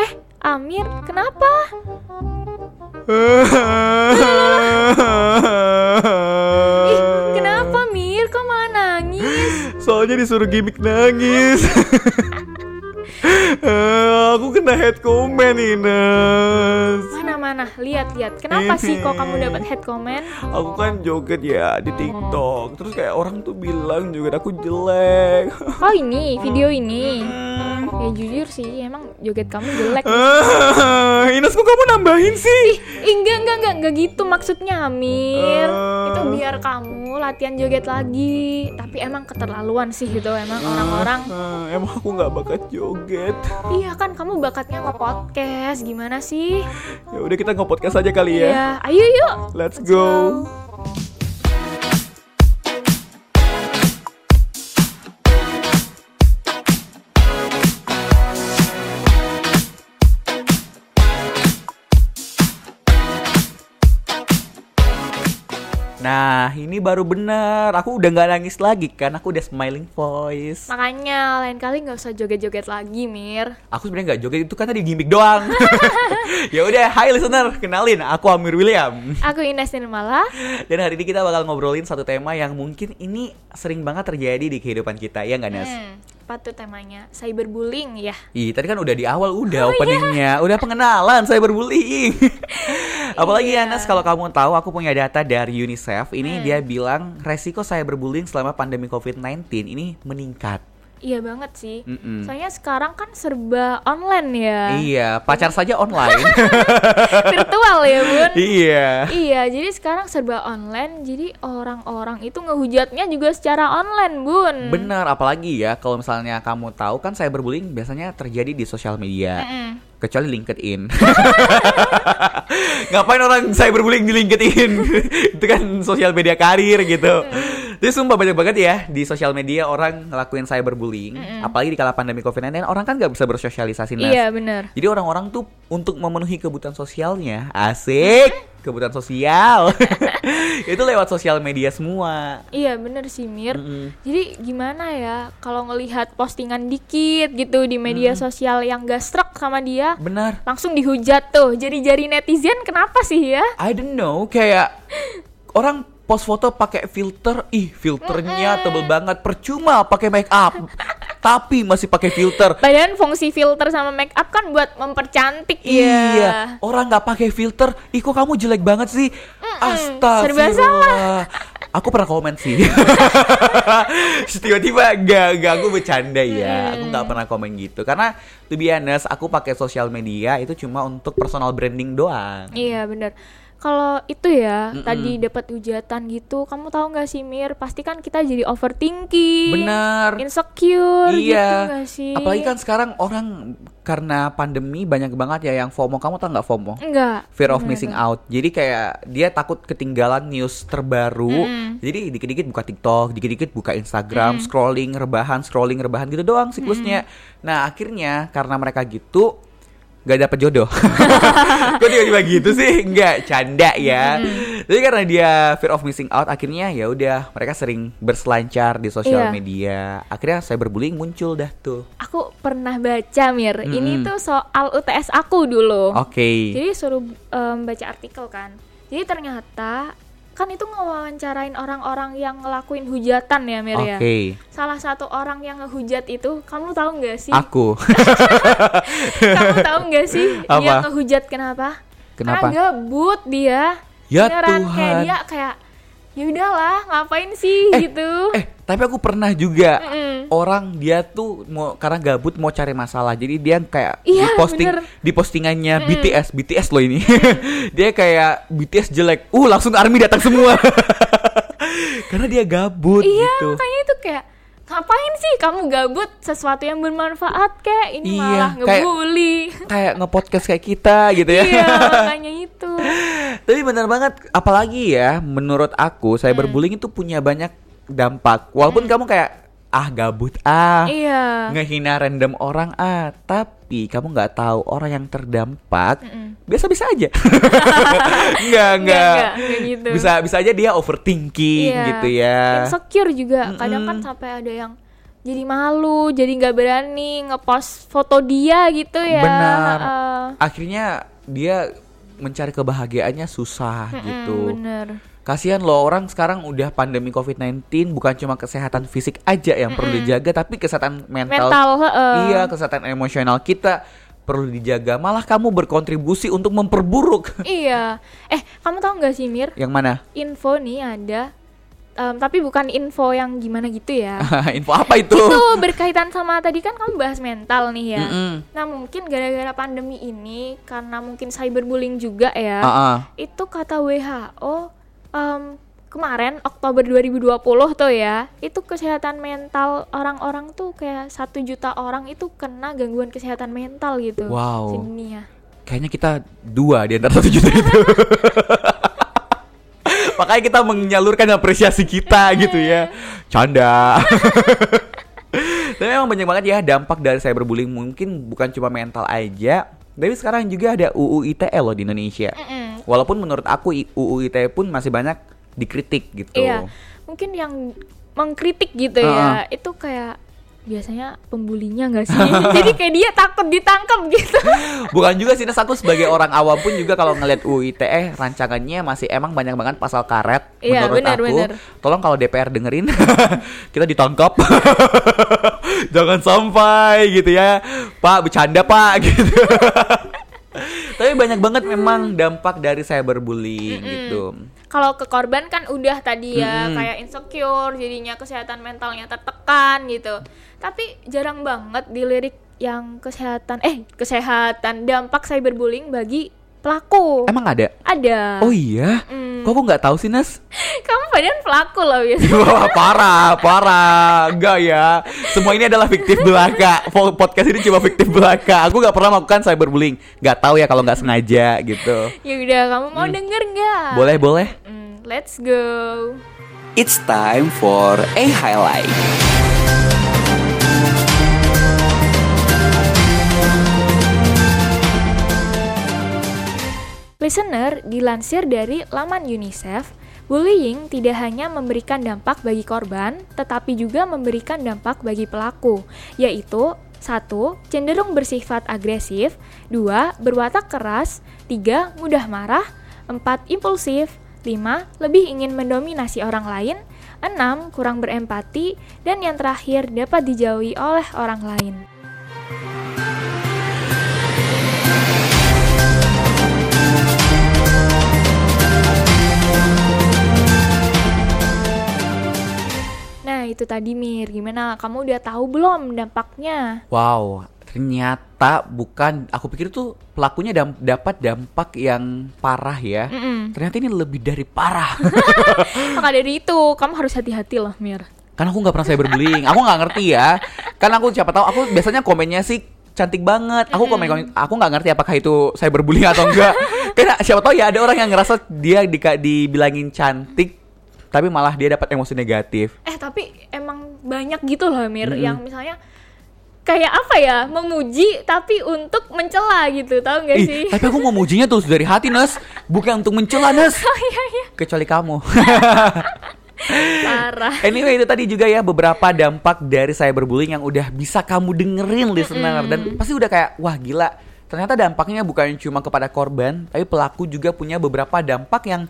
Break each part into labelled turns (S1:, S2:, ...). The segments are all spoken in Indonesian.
S1: Eh, Amir, kenapa? Ih,
S2: Eh.
S1: kenapa Mir? Kok malah nangis?
S2: Soalnya disuruh gimmick nangis. Eh, aku kena head comment Ines.
S1: Mana-mana, lihat-lihat. Kenapa sih kok kamu dapat head comment?
S2: Aku kan joget ya di TikTok. Terus kayak orang tuh bilang joget aku jelek.
S1: Oh ini, video ini. Ya jujur sih, emang joget kamu jelek.
S2: Eh, Ines kok kamu nambahin sih?
S1: Ih, enggak, enggak, enggak, enggak gitu maksudnya Amir.
S2: Eh.
S1: Itu biar kamu latihan joget lagi. Tapi emang keterlaluan sih itu emang orang-orang.
S2: Eh, emang aku nggak bakat joget.
S1: Iya kan, kamu bakatnya nge-podcast. Gimana sih?
S2: Ya udah kita nge-podcast aja kali ya.
S1: Iya, ayo yuk.
S2: Let's go. Nah, ini baru bener. Aku udah nggak nangis lagi kan? Aku udah smiling voice.
S1: Makanya lain kali nggak usah joget-joget lagi, Mir.
S2: Aku sebenarnya nggak joget itu kan tadi gimmick doang. ya udah, hai listener, kenalin aku Amir William.
S1: Aku Ines Nirmala.
S2: Dan hari ini kita bakal ngobrolin satu tema yang mungkin ini sering banget terjadi di kehidupan kita, ya nggak Nes?
S1: Hmm, apa tuh temanya? Cyberbullying ya.
S2: Ih, tadi kan udah di awal
S1: Oh, iya.
S2: udah openingnya, udah pengenalan saya berbullying. Apalagi ya
S1: Iya. Hmm.
S2: Nes, kalau kamu tahu aku punya data dari UNICEF, ini dia bilang resiko saya berbullying selama pandemi COVID-19 ini meningkat.
S1: Iya banget sih.
S2: Mm-mm.
S1: Soalnya sekarang kan serba online ya.
S2: Iya, pacar saja online.
S1: Virtual ya, Bun.
S2: iya.
S1: Iya, jadi sekarang serba online, jadi orang-orang itu ngehujatnya juga secara online, Bun.
S2: Benar, apalagi ya kalau misalnya kamu tahu kan cyberbullying biasanya terjadi di sosial media.
S1: Mm-mm.
S2: kecuali LinkedIn. Ngapain orang cyberbullying di LinkedIn? itu kan sosial media karir gitu. Jadi sumpah banyak banget ya di sosial media orang ngelakuin cyberbullying, apalagi di kala pandemi Covid-19 orang kan nggak bisa bersosialisasi Nas.
S1: Iya, bener.
S2: Jadi orang-orang tuh untuk memenuhi kebutuhan sosialnya, asik, kebutuhan sosial. itu lewat sosial media semua.
S1: Iya, bener sih, Mir.
S2: Mm-mm.
S1: Jadi gimana ya kalau ngelihat postingan dikit gitu di media sosial yang gastrek sama dia,
S2: Benar.
S1: langsung dihujat tuh. Jari-jari netizen kenapa sih ya?
S2: I don't know kayak orang post foto pakai filter ih filternya tebel banget percuma pakai make up tapi masih pakai filter
S1: Padahal fungsi filter sama make up kan buat mempercantik
S2: iya
S1: ya.
S2: orang nggak pakai filter ih kok kamu jelek banget sih
S1: serba
S2: astagfirullah aku pernah komen sih tiba-tiba gak, gak aku bercanda ya aku nggak pernah komen gitu karena to be honest aku pakai sosial media itu cuma untuk personal branding doang
S1: Iya bener Kalau itu ya tadi dapat hujatan gitu, kamu tahu nggak sih Mir? Pasti kan kita jadi overthinking,
S2: bener
S1: insecure gitu
S2: Iya.
S1: nggak sih?
S2: Apalagi kan sekarang orang karena pandemi banyak banget ya yang FOMO. Kamu tau nggak FOMO?
S1: Enggak.
S2: Fear of missing out. Jadi kayak dia takut ketinggalan news terbaru. Jadi dikit-dikit buka TikTok, dikit-dikit buka Instagram, scrolling, rebahan, scrolling, rebahan gitu doang siklusnya. Nah akhirnya karena mereka gitu Gak dapet jodoh Kok tiba-tiba gitu sih? Enggak, canda ya Jadi karena dia fear of missing out Akhirnya ya udah mereka sering berselancar di
S1: Iya.
S2: sosial media Akhirnya cyberbullying muncul dah tuh
S1: Aku pernah baca Mir, ini
S2: Mm-mm.
S1: tuh soal UTS aku dulu. Oh,
S2: Oke.
S1: Jadi suruh em, baca artikel kan. Jadi ternyata kan itu ngewawancarain orang-orang yang ngelakuin hujatan ya Mir ya.
S2: Oke.
S1: Salah satu orang yang ngehujat itu, kamu tahu nggak sih?
S2: Aku.
S1: Kamu tahu nggak sih dia
S2: Apa?
S1: ngehujat kenapa?
S2: Kenapa?
S1: Karena gabut dia.
S2: Ya
S1: Beneran, Kayak
S2: Tuhan.
S1: dia kayak ya udahlah ngapain sih
S2: Eh,
S1: gitu.
S2: eh, tapi aku pernah juga
S1: Mm-mm.
S2: orang dia tuh mau karena gabut mau cari masalah. Jadi dia kayak di
S1: Iya,
S2: posting
S1: bener.
S2: di postingannya BTS, BTS loh ini. dia kayak BTS jelek. Uh, langsung army datang semua. karena dia gabut
S1: iya
S2: gitu.
S1: makanya itu kayak ngapain sih kamu gabut sesuatu yang bermanfaat kayak ini
S2: Iya,
S1: malah
S2: kayak-
S1: ngebully.
S2: Kayak nge-podcast kayak kita gitu ya.
S1: iya makanya itu.
S2: Tapi benar banget,
S1: Mm.
S2: apalagi ya menurut aku cyberbullying itu punya banyak dampak. Walaupun kamu kayak ah gabut ah
S1: iya
S2: ngehina random orang ah tapi kamu nggak tahu orang yang terdampak
S1: Mm-mm.
S2: biasa-biasa aja nggak nggak
S1: nggak, nggak gitu.
S2: bisa bisa aja dia overthinking
S1: Iya.
S2: gitu ya
S1: insecure juga kadang kan
S2: Mm-mm.
S1: sampai ada yang jadi malu jadi nggak berani ngepost foto dia gitu ya
S2: Benar.
S1: Heeh.
S2: akhirnya dia mencari kebahagiaannya susah
S1: Mm-mm,
S2: gitu
S1: bener
S2: kasihan loh orang sekarang udah pandemi covid-19 bukan cuma kesehatan fisik aja yang perlu dijaga tapi kesehatan mental,
S1: mental heeh.
S2: iya kesehatan emosional kita perlu dijaga malah kamu berkontribusi untuk memperburuk
S1: iya eh kamu tahu nggak sih Mir
S2: yang mana
S1: info nih ada em, tapi bukan info yang gimana gitu ya
S2: info apa itu
S1: itu berkaitan sama tadi kan kamu bahas mental nih ya
S2: Mm-mm.
S1: nah mungkin gara-gara pandemi ini karena mungkin cyberbullying juga ya
S2: Ah, ah.
S1: itu kata WHO em, kemarin Oktober 2020 tuh ya itu kesehatan mental orang-orang tuh kayak satu juta orang itu kena gangguan kesehatan mental gitu
S2: Wow.
S1: sedunia
S2: kayaknya kita dua di antara satu juta itu makanya kita menyalurkan apresiasi kita gitu ya canda tapi memang banyak banget ya dampak dari cyberbullying mungkin bukan cuma mental aja tapi sekarang juga ada UU ITE E loh di Indonesia
S1: Mm-mm.
S2: walaupun menurut aku I- UU ITE pun masih banyak dikritik gitu
S1: iya mungkin yang mengkritik gitu ya itu kayak biasanya pembulinya nggak sih jadi kayak dia takut ditangkap gitu
S2: Bukan juga sih, Nes aku sebagai orang awam pun juga kalau ngelihat UU ITE eh, rancangannya masih emang banyak banget pasal karet
S1: Iya,
S2: menurut
S1: benar,
S2: aku.
S1: benar.
S2: Tolong kalau DPR dengerin kita ditangkap. Jangan sampai gitu ya. Pak, bercanda Pak gitu. Tapi banyak banget
S1: Hmm.
S2: memang dampak dari cyberbullying gitu.
S1: kalau ke korban kan udah tadi ya
S2: Mm-mm.
S1: kayak insecure jadinya kesehatan mentalnya tertekan gitu tapi jarang banget dilirik yang kesehatan eh kesehatan dampak cyberbullying bagi pelaku
S2: Emang ada?
S1: ada
S2: Oh iya.
S1: Mm.
S2: Kok aku nggak tahu sih, Nes?
S1: kamu padahal pelaku loh biasa
S2: Wah, parah, parah. Enggak ya. Semua ini adalah fiktif belaka. Po- Podcast ini cuma fiktif belaka. Aku nggak pernah melakukan cyberbullying. Nggak tahu ya kalau nggak sengaja gitu.
S1: ya udah kamu mau denger nggak
S2: Boleh, boleh.
S1: Mm, let's go
S2: It's time for a highlight.
S1: Listener, dilansir dari laman UNICEF, bullying tidak hanya memberikan dampak bagi korban, tetapi juga memberikan dampak bagi pelaku, yaitu satu Cenderung bersifat agresif 2. Berwatak keras 3. Mudah marah 4. Impulsif 5. Lebih ingin mendominasi orang lain 6. Kurang berempati Dan yang terakhir dapat dijauhi oleh orang lain Nah itu tadi Mir, gimana? Kamu udah tahu belum dampaknya?
S2: Wow, ternyata bukan. Aku pikir tuh pelakunya dam- dapat dampak yang parah ya.
S1: Mm-mm.
S2: Ternyata ini lebih dari parah.
S1: Maka dari itu, kamu harus hati-hati loh Mir
S2: kan aku nggak pernah cyberbullying aku nggak ngerti ya kan aku siapa tahu aku biasanya komennya sih cantik banget aku komen komen aku nggak ngerti apakah itu cyberbullying atau enggak karena siapa tahu ya ada orang yang ngerasa dia di, dibilangin cantik tapi malah dia dapat emosi negatif
S1: Eh tapi emang banyak gitu loh Mir
S2: Mm-mm.
S1: yang misalnya kayak apa ya memuji tapi untuk mencela gitu tahu nggak sih?
S2: Ih, tapi aku mau mujinya terus dari hati Nes bukan untuk mencela Nes
S1: Oh, iya,
S2: kecuali kamu
S1: Parah.
S2: Anyway itu tadi juga ya beberapa dampak dari cyberbullying yang udah bisa kamu dengerin listener dan pasti udah kayak wah gila ternyata dampaknya bukan cuma kepada korban tapi pelaku juga punya beberapa dampak yang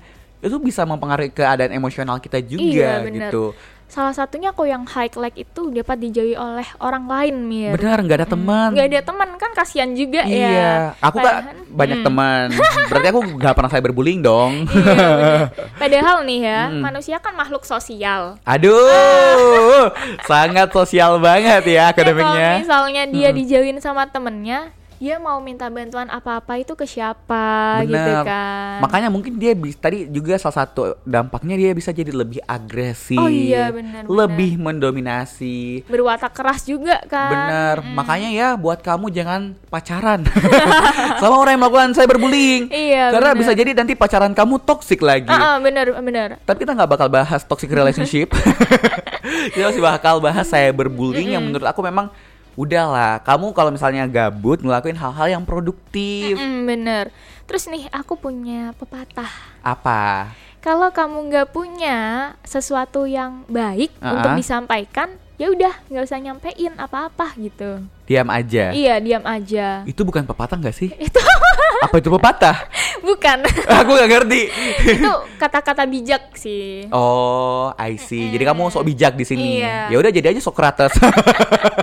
S2: itu bisa mempengaruhi keadaan emosional kita juga
S1: Iya, bener.
S2: gitu.
S1: Salah satunya kok yang high like itu dapat dijauhi oleh orang lain Mir.
S2: Benar nggak ada teman.
S1: Iya. Nggak ada teman kan kasihan juga ya.
S2: Iya, aku
S1: Padahal- kan- Mm.
S2: gak banyak teman. Berarti aku nggak pernah cyberbullying dong.
S1: Iya, bener. Padahal nih ya, manusia kan makhluk sosial.
S2: Aduh, sangat sosial banget ya
S1: Ya, Kalau
S2: akademiknya.
S1: misalnya dia dijauhin sama temennya, dia mau minta bantuan apa-apa itu ke siapa gitu
S2: Bener.
S1: kan.
S2: Makanya mungkin dia bisa tadi juga salah satu dampaknya dia bisa jadi lebih agresif.
S1: Oh iya, benar, benar.
S2: Lebih mendominasi.
S1: Berwatak keras juga kan.
S2: Bener, makanya ya buat kamu jangan pacaran sama orang yang melakukan cyberbullying.
S1: Iya,
S2: Karena
S1: bener.
S2: bisa jadi nanti pacaran kamu toksik lagi.
S1: Ah, ah, bener bener.
S2: Tapi kita nggak bakal bahas toxic relationship. kita masih bakal bahas cyberbullying yang menurut aku memang udahlah. Kamu kalau misalnya gabut ngelakuin hal-hal yang produktif
S1: Mm, bener. Terus nih aku punya pepatah.
S2: apa?
S1: Kalau kamu nggak punya sesuatu yang baik
S2: Ah,
S1: untuk
S2: ah.
S1: disampaikan, ya udah nggak usah nyampein apa-apa gitu.
S2: Diam aja.
S1: Iya diam aja.
S2: Itu bukan pepatah nggak sih? Itu apa itu pepatah?
S1: Bukan
S2: aku nggak ngerti.
S1: itu kata-kata bijak sih.
S2: Oh, I see. Jadi kamu sok bijak di sini.
S1: Iya.
S2: Ya udah jadi aja Socrates.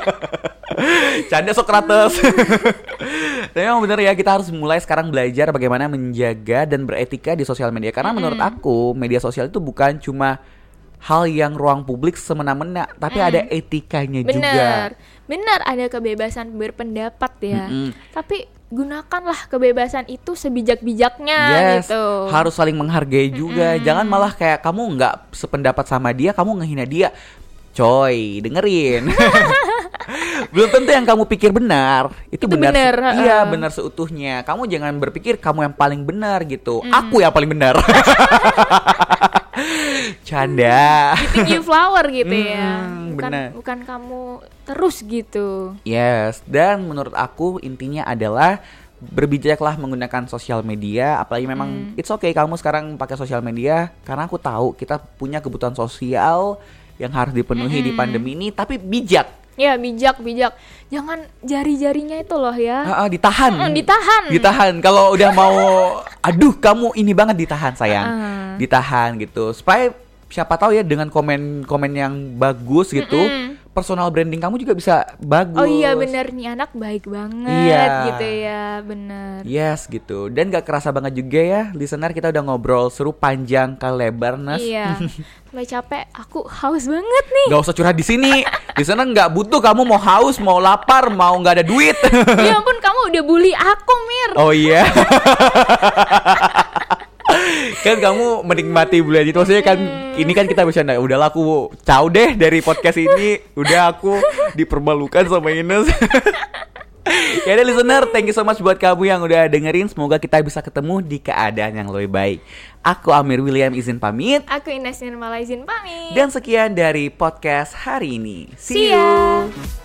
S2: Canda Socrates. Tapi emang bener ya kita harus mulai sekarang belajar bagaimana menjaga dan beretika di sosial media karena menurut aku media sosial itu bukan cuma hal yang ruang publik semena-mena, tapi ada etikanya Iya juga.
S1: Mm. Bener, bener ada kebebasan berpendapat ya.
S2: Mm-mm.
S1: Tapi gunakanlah kebebasan itu sebijak-bijaknya
S2: Yes,
S1: gitu.
S2: harus saling menghargai juga. Jangan malah kayak kamu nggak sependapat sama dia, kamu ngehina dia. Coy, dengerin. Belum tentu yang kamu pikir benar, itu,
S1: Itu
S2: benar.
S1: benar,
S2: se- Iya,
S1: heeh.
S2: benar seutuhnya. Kamu jangan berpikir kamu yang paling benar gitu. Aku yang paling benar. Canda.
S1: Think you flower gitu ya.
S2: Mm,
S1: Bukan
S2: bener.
S1: bukan kamu terus gitu.
S2: Yes, dan menurut aku intinya adalah berbijaklah menggunakan sosial media, apalagi memang
S1: Hmm.
S2: it's okay kamu sekarang pakai sosial media karena aku tahu kita punya kebutuhan sosial yang harus dipenuhi
S1: Hmm.
S2: di pandemi ini tapi bijak.
S1: Ya bijak bijak. Jangan jari-jarinya itu loh ya.
S2: Ah, ah, ditahan.
S1: Mm, ditahan.
S2: Ditahan. Kalau udah mau aduh kamu ini banget ditahan sayang.
S1: Ah.
S2: Ditahan gitu. Supaya siapa tahu ya dengan komen-komen yang bagus gitu,
S1: Mm-mm.
S2: personal branding kamu juga bisa bagus.
S1: Oh iya bener nih anak baik banget
S2: Iya.
S1: gitu ya bener.
S2: Yes gitu Dan gak kerasa banget juga ya Listener kita udah ngobrol seru panjang ke lebar Nas
S1: Iya, sampai capek. Aku haus banget nih.
S2: Gak usah curhat di sini Listener gak butuh kamu mau haus Mau lapar Mau gak ada duit
S1: ya ampun, kamu udah bully aku, Mir.
S2: Oh iya Kan kamu menikmati bulan itu Maksudnya kan
S1: Hmm.
S2: Ini kan kita bisa nah, Udahlah aku Cau deh dari podcast ini Udah aku Dipermalukan sama Ines Ya udah, listener, thank you so much buat kamu yang udah dengerin. Semoga kita bisa ketemu di keadaan yang lebih baik. Aku Amir William izin pamit.
S1: Aku Ines Nirmala izin pamit.
S2: Dan sekian dari podcast hari ini.
S1: See ya.